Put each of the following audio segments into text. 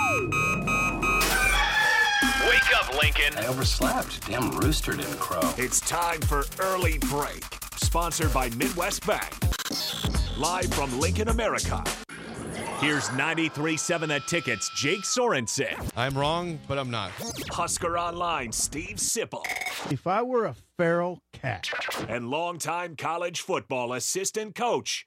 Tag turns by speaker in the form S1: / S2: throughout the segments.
S1: Wake up, Lincoln.
S2: I overslept. Damn rooster didn't crow.
S1: It's time for Early Break, sponsored by Midwest Bank. Live from Lincoln, America. Here's 93.7 The Ticket's Jake Sorensen,
S3: I'm wrong, but I'm not.
S1: Husker Online Steve Sipple,
S4: If I were a feral cat,
S1: and longtime college football assistant coach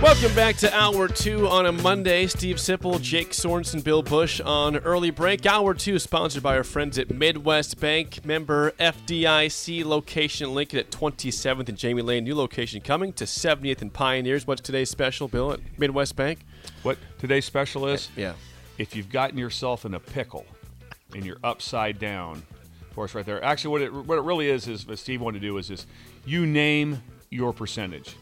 S3: Welcome back to Hour 2 on a Monday. Steve Sipple, Jake Sorensen, Bill Bush on early break. Hour 2 sponsored by our friends at Midwest Bank, member FDIC, location Lincoln at 27th and Jamie Lane. New location coming to 70th and Pioneers. What's today's special, Bill, at Midwest Bank?
S5: What today's special is?
S3: Yeah.
S5: If you've gotten yourself in a pickle and you're upside down, of course, right there. Actually, what it what it really is is what Steve wanted to do is just you name your percentage.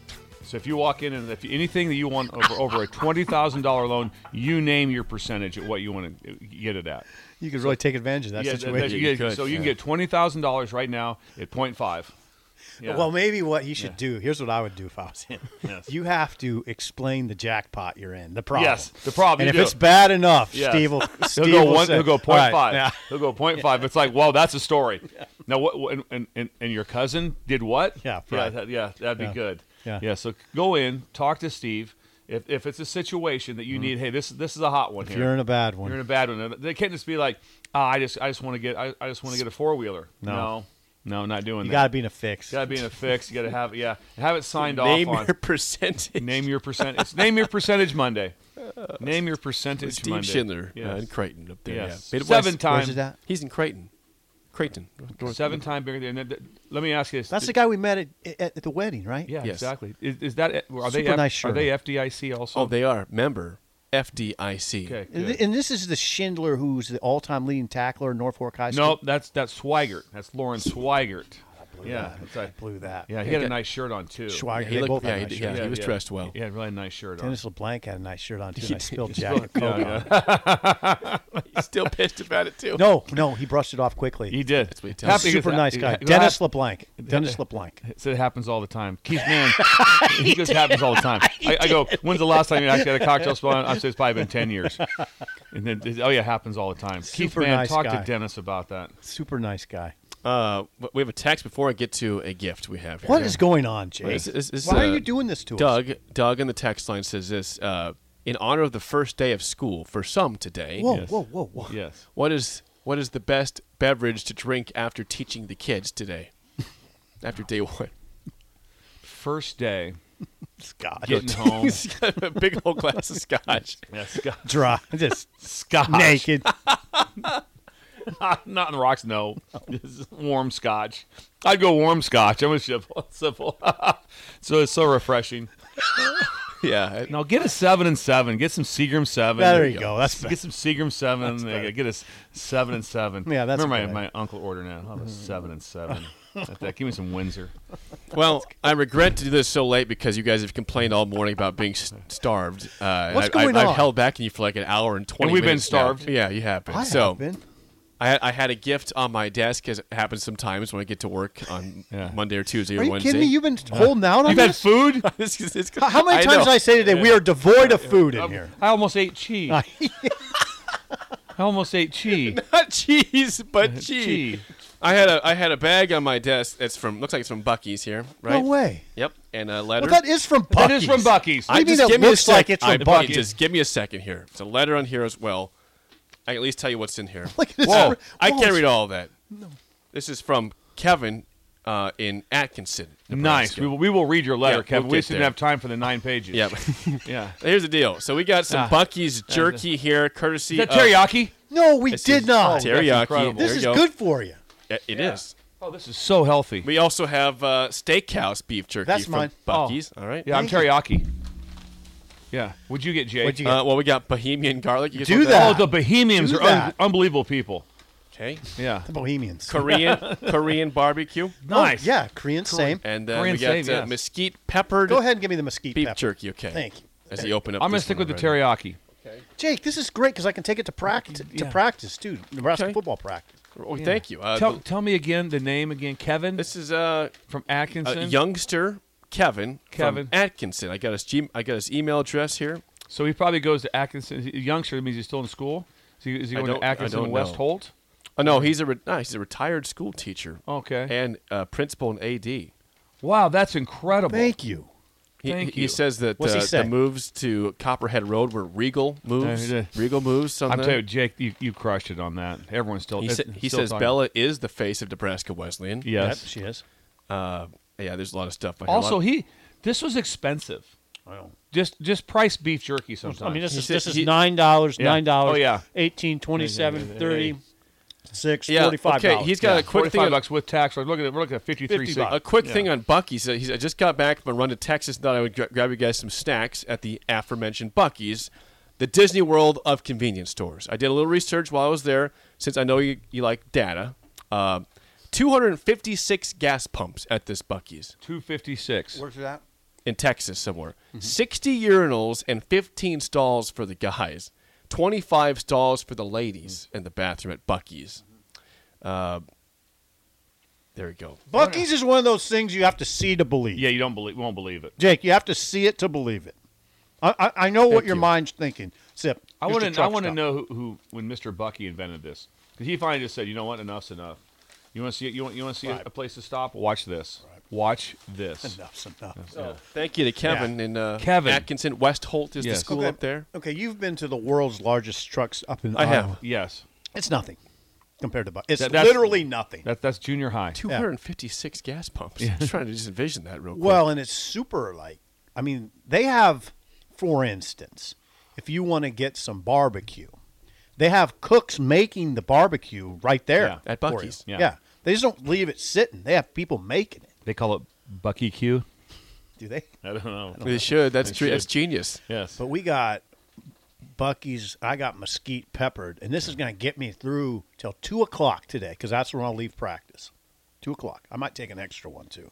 S5: So if you walk in and if anything that you want over over a twenty thousand dollar loan, you name your percentage at what you want to get it at.
S4: you could really take advantage of that
S5: Yeah, that-
S4: situation.
S5: that you get- so you can get twenty thousand dollars right now at 0.5. Yeah.
S4: Well, maybe what you should do. Here's what I would do if I was him. You have to explain the jackpot you're in, the problem.
S5: Yes, the problem,
S4: And
S5: you
S4: if
S5: do.
S4: it's bad enough,
S5: Yeah.
S4: Steve will.
S5: He'll
S4: Steve
S5: go
S4: will
S5: one.
S4: say-
S5: He'll go
S4: All
S5: point
S4: right,
S5: five.
S4: yeah.
S5: He'll go point five. It's like, wow, that's a story. Now what? what- And, and- and and your cousin did what?
S4: Yeah,
S5: yeah,
S4: right.
S5: that, yeah. That'd be
S4: Yeah.
S5: good.
S4: Yeah.
S5: So go in, talk to Steve. If, if it's a situation that you need, hey, this this is a hot one
S4: Mm-hmm. If
S5: here.
S4: you're in a bad
S5: You're in a
S4: one.
S5: bad one. They can't just be like, ah, I just I just want to get I, I just want to get a four wheeler.
S4: No.
S5: no, no, not doing
S4: You
S5: that.
S4: got to be in a fix.
S5: gotta be in a fix. You gotta have yeah, have it signed
S3: Name
S5: off on.
S3: your percentage.
S5: Name your percent. It's name your percentage Monday. Name your percentage
S3: Steve
S5: Monday.
S3: Schindler
S5: Yes.
S3: uh, in Creighton up there.
S5: Yes.
S3: Yeah. Midwest-
S5: Seven
S4: Where's
S5: times.
S4: it at?
S3: He's in Creighton. Creighton. North-
S5: Seven time bigger than. th- Let me ask you this.
S4: That's the guy we met at, at, at the wedding, right?
S5: Yeah,
S3: Yes.
S5: exactly. Is, is that are they
S4: Super
S5: F-
S4: nice
S5: are they
S4: shirt.
S5: FDIC also?
S3: Oh, they are. Member FDIC.
S5: okay.
S4: And,
S5: good.
S4: thi- and this is the Schindler, who's the all-time leading tackler in North Fork High School.
S5: no, that's that's Swigert. That's Lauren Swigert. Yeah, that's
S4: I
S5: right.
S4: blew that.
S5: yeah. He had
S3: Okay.
S5: a nice shirt on too.
S4: Schweiger.
S3: He
S4: they
S3: looked-
S4: both had
S3: yeah, he
S4: nice
S3: did-
S4: shirts.
S3: yeah, he was dressed well.
S5: He had a really nice shirt on.
S4: Dennis LeBlanc had a nice shirt on too. and I
S3: did.
S4: spilled
S3: He
S4: jacket coke on it.
S3: He's still pissed about it, too.
S4: No, no, he brushed it off quickly.
S5: He did.
S3: what he tells
S5: Happy-
S4: Super nice guy,
S5: It'll
S4: Dennis
S5: hap-
S4: LeBlanc. Dennis LeBlanc.
S5: So it happens all the time. Keith man, it just happens all the time. I, I go, when's the last time you actually had a cocktail spot? I say it's probably been ten years. And then, oh yeah, it happens all the time. Keith
S4: Super
S5: man,
S4: nice
S5: talk
S4: guy.
S5: to Dennis about that.
S4: Super nice guy.
S3: Uh, but we have a text before I get to a gift we have here.
S4: What is going on, Jake?
S3: This- this- this,
S4: Why
S3: uh,
S4: are you doing this to us?
S3: Doug, Doug in the text line says this uh, in honor of the first day of school for some today.
S4: Whoa,
S5: Yes.
S4: whoa, whoa, whoa.
S5: Yes.
S3: What is what is the best beverage to drink after teaching the kids today? after day one,
S5: First day,
S4: Scott.
S5: getting home.
S3: a big old glass of scotch.
S5: Yeah, Scott.
S4: Dry. Just
S5: Scotch.
S4: naked.
S5: Not in the rocks, no. Just warm scotch. I'd go warm scotch. I'm a simple. simple. so it's so refreshing.
S3: Yeah,
S5: Now get a seven and seven. Get some Seagram seven.
S4: there you go. That's
S5: Get some Seagram seven. They get us seven and seven.
S4: Yeah, that's
S5: remember
S4: a good
S5: my, my uncle ordering that. I'll have a seven and seven. Like that. Give me some Windsor.
S3: Well, I regret to do this so late because you guys have complained all morning about being s- starved. Uh, and
S4: What's
S3: I,
S4: going
S3: I,
S4: on?
S3: I've held back on you for like an hour and twenty.
S5: And we've been
S3: minutes now.
S5: starved?
S3: Yeah, you have been.
S4: I
S3: so
S4: have been.
S3: I, I had a gift on my desk, as it happens sometimes when I get to work on
S5: Yeah.
S3: Monday or Tuesday
S4: Are
S3: or
S4: you
S3: Wednesday.
S4: kidding me? You've been holding out on
S5: You've had
S4: this.
S5: food?
S3: This is- it's-
S4: How- How many
S3: I
S4: times
S3: know.
S4: did I say today we are devoid of food in here?
S5: I almost ate cheese. I almost ate cheese.
S3: Not cheese, but cheese.
S5: Cheese.
S3: I had a I had a bag on my desk that's from looks like it's from Bucky's here, right?
S4: No way.
S3: Yep, and a letter.
S4: Well, that is from Bucky's.
S5: That is from Bucky's.
S4: I
S5: I
S4: mean,
S3: just
S4: it
S3: give me a
S4: looks like
S3: sec.
S4: it's
S3: I-
S4: from Bucky's.
S3: Just give me a second here. It's a letter on here as well. I can at least tell you what's in here.
S4: Look at this.
S3: Whoa,
S4: Whoa,
S3: I can't
S4: it's-
S3: read all of that. This is from Kevin uh, in Atkinson.
S5: Nice.
S3: Nebraska.
S5: We will, we will read your letter,
S3: Yeah, we'll
S5: Kevin.
S3: get
S5: we just didn't
S3: there.
S5: have time for the nine pages.
S3: Yep.
S5: Yeah.
S3: Here's the deal. So we got some
S5: Ah.
S3: Bucky's jerky here, courtesy
S5: Is that
S3: of
S5: teriyaki?
S4: No, we
S3: This
S4: did
S3: is- Oh,
S4: not.
S3: teriyaki.
S5: incredible.
S3: There
S4: this
S3: you go.
S4: is good for you.
S3: Yeah, It is.
S5: Oh, this is so healthy.
S3: We also have uh, steakhouse beef jerky
S4: That's
S3: from
S4: mine. Oh.
S3: Bucky's. All right.
S5: yeah, I'm
S4: Thank you.
S5: teriyaki. Yeah. What'd you get, Jay?
S4: What'd you get?
S3: Uh, well, we got Bohemian garlic. You guys
S4: Do
S3: want
S5: Oh,
S4: that.
S5: the Bohemians
S4: Do
S5: are un-
S4: that.
S5: unbelievable people.
S3: Okay.
S5: Yeah.
S4: the Bohemians.
S3: Korean Korean barbecue.
S5: Nice.
S4: Oh, yeah, Korean, same.
S3: And uh,
S5: Korean
S3: we got
S5: save,
S3: uh,
S5: yes.
S3: mesquite peppered
S4: Go ahead and give me the mesquite
S3: beef
S4: pepper.
S3: jerky. Okay.
S4: Thank you.
S3: As you open up,
S5: I'm gonna
S3: this
S5: stick
S3: one
S5: with the
S3: already.
S5: teriyaki.
S4: Jake, this is great because I can take it to practice to
S5: Yeah.
S4: practice too. Nebraska
S3: Okay.
S4: football practice.
S3: Oh, Thank you. Uh,
S5: Tell,
S3: the-
S5: tell me again the name again, Kevin
S3: this is uh,
S5: from
S3: a
S5: Atkinson.
S3: youngster Kevin. from
S5: Kevin.
S3: Atkinson. I got his G- I got his email address here.
S5: So he probably goes to Atkinson. he- Youngster means he's still in school. Is he, is he
S3: I
S5: going
S3: don't-
S5: to
S3: I
S5: Atkinson
S3: don't
S5: West
S3: know.
S5: Holt?
S3: Oh no, he's a re- no, he's a retired school teacher.
S5: Oh, Okay.
S3: And uh, principal and AD.
S5: Wow, that's incredible.
S4: Thank you.
S3: He,
S5: Thank
S3: he
S5: you.
S3: says that
S4: What's
S3: uh,
S4: he
S3: the
S4: say?
S3: moves to Copperhead Road were regal moves.
S5: he did.
S3: regal moves.
S5: I'm
S3: Something.
S5: telling you, Jake, you, you crushed it on that. Everyone's still.
S3: he
S5: it's
S3: sa- he
S5: still
S3: says
S5: talking.
S3: Bella is the face of Nebraska Wesleyan.
S5: Yes.
S4: Yep, she is.
S3: Uh, yeah. There's a lot of stuff. I hear a lot
S5: Also,
S3: of-
S5: he this was expensive.
S4: Wow.
S5: Just just price beef jerky sometimes.
S6: I mean, this
S3: He
S6: is
S3: said
S6: this is
S3: he-
S6: nine dollars,
S5: Yeah.
S6: nine dollars,
S5: Oh, yeah.
S6: 18, 27, 30,
S4: Six
S3: yeah.
S4: forty-five.
S3: Okay. He's got
S5: Yeah,
S3: a quick
S5: 45
S3: thing. on-
S5: bucks with tax. We're looking at we're looking at 53
S6: 50
S5: cents.
S3: A quick thing on Bucky's. Uh, He's, I just got back from a run to Texas. Thought I would gra- grab you guys some snacks at the aforementioned Bucky's, the Disney World of convenience stores. I did a little research while I was there, since I know you, you like data. Uh, 256 gas pumps at this Bucky's
S5: 256.
S4: Where's that?
S3: in Texas somewhere. 60 urinals and 15 stalls for the guys. 25 stalls for the ladies in the bathroom at Bucky's. Uh, there we go.
S4: Bucky's is one of those things you have to see to believe.
S5: Yeah, you don't believe won't believe it.
S4: Jake, you have to see it to believe it. I I, I know what
S3: Thank
S4: your
S3: you.
S4: mind's thinking. Sip.
S5: I
S4: Here's the
S5: want to I
S4: truck
S5: want to
S4: stop.
S5: know who, who when Mr. Bucky invented this because he finally just said, you know what, enough's enough. You want to see it? You want you want to see a-
S4: Right.
S5: a place to stop? Watch this. Watch this.
S4: Enough's enough.
S3: Thank you to Kevin and uh,
S5: Kevin.
S3: Atkinson. West Holt is the
S5: Yes.
S3: school
S4: Okay.
S3: up there.
S4: Okay, you've been to the world's largest trucks up in.
S3: I have.
S4: Iowa.
S5: Yes,
S4: It's nothing compared to Buck. It's
S5: That- that's-
S4: literally nothing.
S5: that that's junior high.
S3: 256 gas pumps. I'm just trying to just envision that real quick.
S4: Well, and it's super like, I mean, they have, for instance, if you want to get some barbecue, they have cooks making the barbecue right there
S5: Yeah,
S3: at
S4: for you.
S3: Buc-ee's.
S5: Yeah.
S4: Yeah. they just don't leave it sitting. They have people making it.
S5: They call it Bucky Q.
S4: Do they?
S5: I don't know.
S3: they should. That's true.
S5: should.
S3: That's genius.
S5: Yes.
S4: But we got Bucky's. I got mesquite peppered, and this is going to get me through till two o'clock today because that's when I'll leave practice. Two o'clock. I might take an extra one too.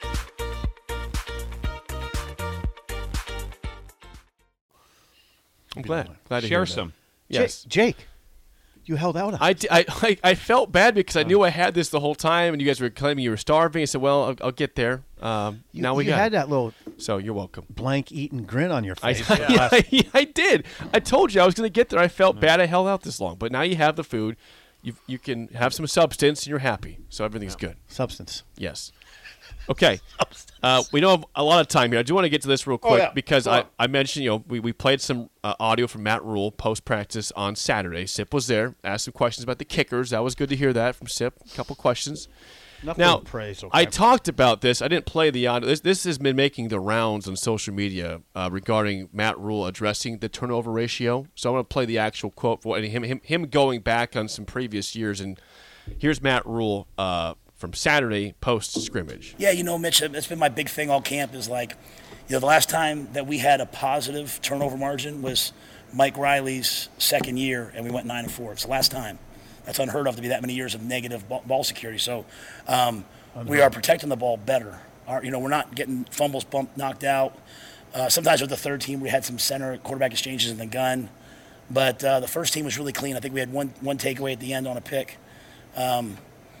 S3: I'm glad. glad to hear
S5: Share
S3: that.
S5: some.
S3: Yes.
S4: Jake, Jake you held out. on
S3: I, d- I- I- I felt bad because I knew I had this the whole time, and you guys were claiming you were starving. I said, "Well, I'll, I'll get there." Um,
S4: You,
S3: now we
S4: you
S3: got
S4: had
S3: it.
S4: that little
S3: So you're welcome.
S4: blank eaten grin on your
S3: I,
S4: face.
S3: I, did. I told you I was going to get there. I felt bad. I held out this long, but now you have the food. You you can have some substance, and you're happy. So everything's good.
S4: Substance.
S3: Yes. Okay. Uh, we don't have a lot of time here. I do want to get to this real
S4: Oh,
S3: quick
S4: yeah.
S3: because
S4: Go
S3: I,
S4: on.
S3: I mentioned, you know, we, we played some uh, audio from Matt Rule post practice on Saturday. Sip was there, asked some questions about the kickers. That was good to hear that from Sip. A couple questions.
S4: Nothing
S3: now,
S4: to praise, okay?
S3: I talked about this. I didn't play the audio. This, this has been making the rounds on social media uh, regarding Matt Rule addressing the turnover ratio. So I'm going to play the actual quote for and him, him him going back on some previous years. And here's Matt Rule uh, from Saturday post scrimmage.
S7: Yeah, you know, Mitch, it's been my big thing all camp is like, you know, the last time that we had a positive turnover margin was Mike Riley's second year, and we went nine and four. It's the last time. That's unheard of to be that many years of negative ball, ball security. So um, we are protecting the ball better. Our, you know, we're not getting fumbles bumped, knocked out. Uh, sometimes with the third team, we had some center quarterback exchanges in the gun, but uh, the first team was really clean. I think we had one one takeaway at the end on a pick. Um,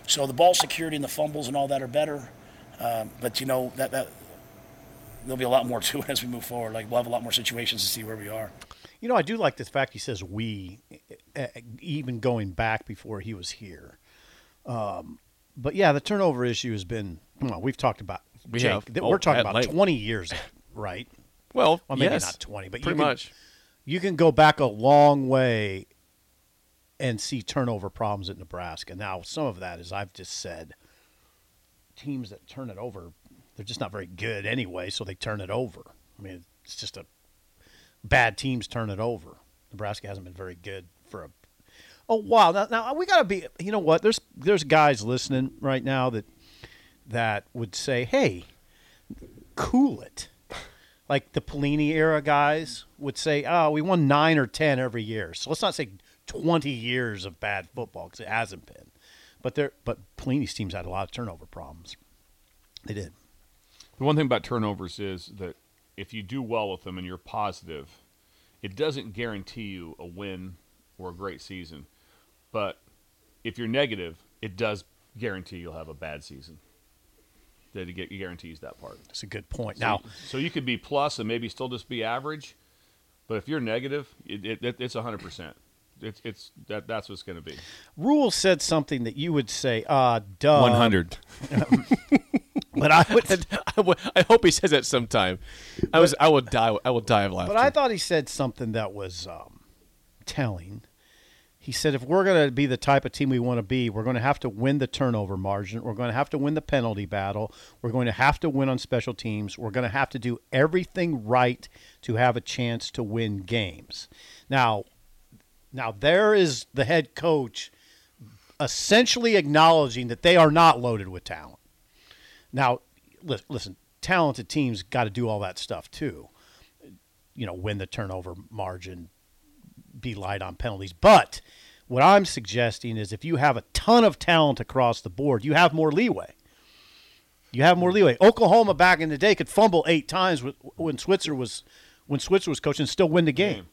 S7: so the ball security and the fumbles and all that are better. Um, but you know that that there'll be a lot more to it as we move forward. Like we'll have a lot more situations to see where we are.
S4: You know, I do like the fact he says we, eh, eh, even going back before he was here. Um, but yeah, the turnover issue has been. Come on, we've talked about
S3: We
S4: Jake.
S3: have.
S4: that
S3: Oh,
S4: we're talking
S3: at
S4: about
S3: length.
S4: twenty years, right?
S3: Well,
S4: well, maybe
S3: yes,
S4: not twenty, but
S3: pretty
S4: you can,
S3: much.
S4: You can go back a long way and see turnover problems at Nebraska. Now, some of that is I've just said teams that turn it over, they're just not very good anyway, so they turn it over. I mean, it's just a bad teams turn it over. Nebraska hasn't been very good for a oh wow. Now, now we got to be. You know what? There's there's guys listening right now that that would say, "Hey, cool it." Like the Pelini era guys would say, "Oh, we won nine or ten every year." So let's not say twenty years of bad football because it hasn't been. But there, but Pelini's teams had a lot of turnover problems. They did.
S5: The one thing about turnovers is that if you do well with them and you're positive, it doesn't guarantee you a win or a great season. But if you're negative, it does guarantee you'll have a bad season. That it gu- guarantees that part.
S4: That's a good point.
S5: So-
S4: Now-
S5: so you could be plus and maybe still just be average, but if you're negative, it, it, it, it's 100. percent It's it's that that's what's going to be.
S4: Rule said something that you would say, uh, duh.
S3: 100.
S4: but I would,
S3: I would- I hope he says that sometime. I was, I will die. I will die of laughter.
S4: But I thought he said something that was um, telling. He said, if we're going to be the type of team we want to be, we're going to have to win the turnover margin. We're going to have to win the penalty battle. We're going to have to win on special teams. We're going to have to do everything right to have a chance to win games. Now, now there is the head coach essentially acknowledging that they are not loaded with talent. Now, li- listen, talented teams got to do all that stuff too. You know, win the turnover margin, be light on penalties. But what I'm suggesting is if you have a ton of talent across the board, you have more leeway. You have more leeway. Oklahoma back in the day could fumble eight times with- when Switzer was when Switzer was coaching, and still win the game.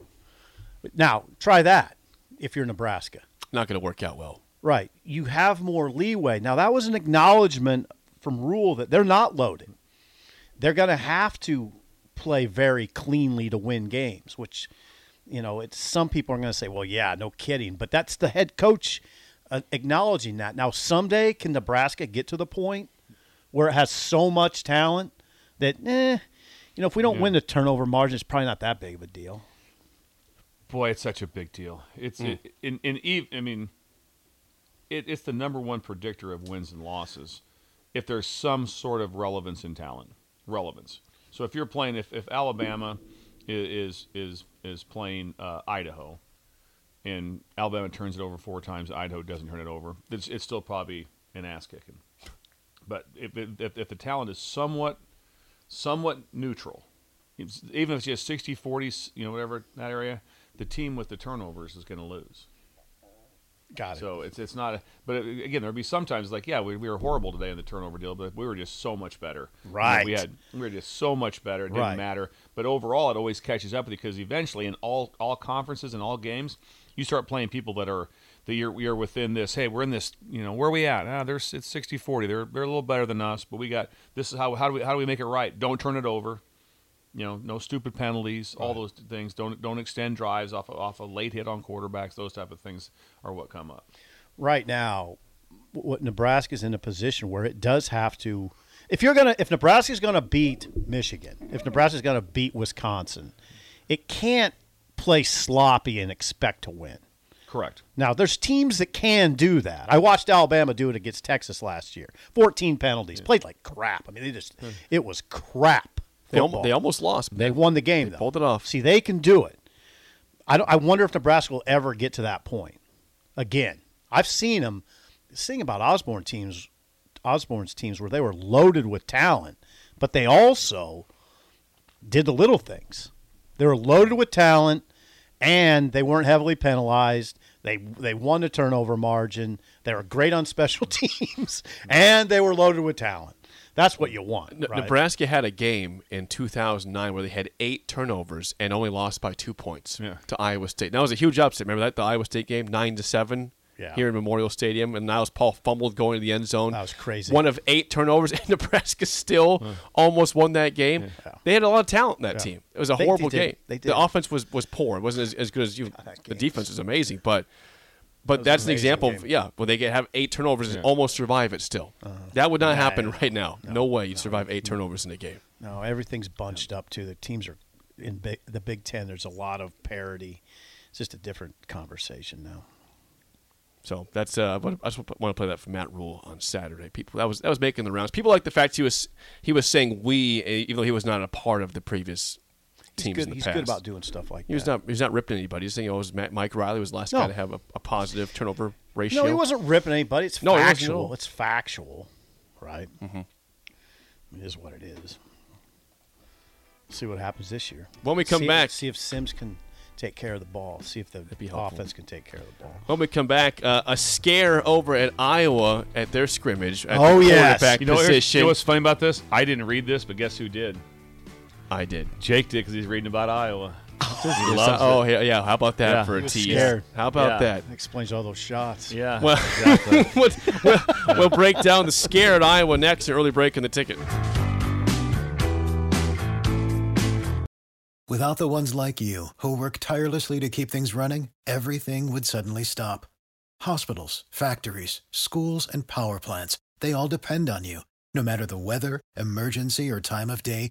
S4: Now try that if you're Nebraska.
S3: not going to work out well.
S4: Right. You have more leeway. Now, that was an acknowledgement from Rule that they're not loaded. They're going to have to play very cleanly to win games, which, you know, it's some people are going to say, well, yeah, no kidding. But that's the head coach uh, acknowledging that. Now, someday, can Nebraska get to the point where it has so much talent that, eh, you know, if we don't
S5: Yeah.
S4: win the turnover margin, it's probably not that big of a deal.
S5: Boy, it's such a big deal. It's
S4: Mm.
S5: it, in in ev- I mean, it, it's the number one predictor of wins and losses. If there's some sort of relevance in talent, relevance. So if you're playing, if, if Alabama i- is is is playing uh, Idaho, and Alabama turns it over four times, Idaho doesn't turn it over. It's, it's still probably an ass kicking. But if, it- if if the talent is somewhat somewhat neutral, it's- even if it's just 60 40, you know, whatever that area, the team with the turnovers is going to lose.
S4: Got it.
S5: So it's it's not. A, but it- again, there'd be sometimes like, yeah, we, we were horrible today in the turnover deal, but we were just so much better. I mean, we
S4: Right.
S5: had we were just so much better. It didn't
S4: Right.
S5: matter. But overall, it always catches up because eventually, in all all conferences and all games, you start playing people that are that you're you're within this. Hey, we're in this. You know, where are we at? Ah, there's it's 60-40. They're they're a little better than us, but we got this. Is how how do we how do we make it right? Don't turn it over. You know, no stupid penalties. All those things. Don't don't extend drives off off a late hit on quarterbacks. Those type of things are what come up.
S4: right now, what Nebraska's in a position where it does have to, if you're gonna if Nebraska's gonna beat Michigan, if Nebraska's gonna beat Wisconsin, it can't play sloppy and expect to win.
S5: Correct.
S4: Now, there's teams that can do that. I watched Alabama do it against Texas last year. 14 penalties. Played like crap. I mean, they just it was crap.
S3: Hmm. They,
S4: football.
S3: al- they almost lost.
S4: They won the game though.
S3: Pulled it off.
S4: See, they can do it. I don't, I wonder if Nebraska will ever get to that point again. I've seen them. This thing about Osborne teams, Osborne's teams, where they were loaded with talent, but they also did the little things. They were loaded with talent, and they weren't heavily penalized. They they won the turnover margin. They were great on special teams, and they were loaded with talent. That's what you want.
S3: Ne-
S4: right?
S3: Nebraska had a game in 2009 where they had eight turnovers and only lost by two points to Iowa State. And that was a huge upset. Remember that the Iowa State game, nine to seven,
S4: Yeah.
S3: here in Memorial Stadium, and Niles Paul fumbled going to the end zone. That
S4: was crazy.
S3: One of eight turnovers, and Nebraska still almost won that game. They had a lot of talent in that
S4: Yeah.
S3: team. It was a
S4: They- they
S3: horrible
S4: did.
S3: game.
S4: They did.
S3: The offense was was poor. It wasn't as, as good as you. The defense was amazing, but. But
S4: was
S3: that's an
S4: an amazing
S3: example
S4: game.
S3: of yeah, where they could have eight turnovers and almost survive it still.
S4: Uh-huh.
S3: that would not happen right now. No, way you'd survive eight turnovers in a game.
S4: No, everything's bunched up too. The teams are in big, the Big Ten. There's a lot of parity. It's just a different conversation now.
S3: So that's uh, what- I just want to play that for Matt Rule on Saturday. People that was that was making the rounds. People like the fact he was he was saying we, eh, even though he was not a part of the previous
S4: He's
S3: teams
S4: good-
S3: in the
S4: he's
S3: past.
S4: good about doing stuff like
S3: he was not he was not ripping anybody. He's saying oh, it was Matt, Mike Riley was the last
S4: No.
S3: guy to have a, a positive turnover ratio.
S4: No, he wasn't ripping anybody. It's
S3: No, he wasn't at
S4: factual.
S3: all.
S4: It's factual, right? Mm-hmm.
S3: Mm-hmm.
S4: It is what it is. See what happens this year.
S3: When we come
S4: See if-
S3: back-
S4: see if Sims can take care of the ball. See if the
S3: helpful.
S4: offense can take care of the ball.
S3: When we come back, uh, a scare over at Iowa at their scrimmage at
S4: Oh,
S3: the
S4: yes.
S3: quarterback
S5: You know, here's-
S3: position.
S5: you know what's funny about this? I didn't read this, but guess who did?
S3: I did.
S5: Jake did because he's reading about Iowa. he
S3: Yes,
S5: loves
S3: oh
S5: it.
S3: yeah, yeah. How about that
S5: Yeah.
S3: for a
S5: He was
S3: tease?
S5: scared.
S3: How about
S5: Yeah.
S3: that?
S4: Explains all those shots.
S5: Yeah.
S3: Well,
S5: exactly.
S3: we'll, we'll- we'll break down the scare at Iowa next. An early break in the ticket.
S8: Without the ones like you, who work tirelessly to keep things running, everything would suddenly stop. Hospitals, factories, schools, and power plants, they all depend on you. No matter the weather, emergency, or time of day,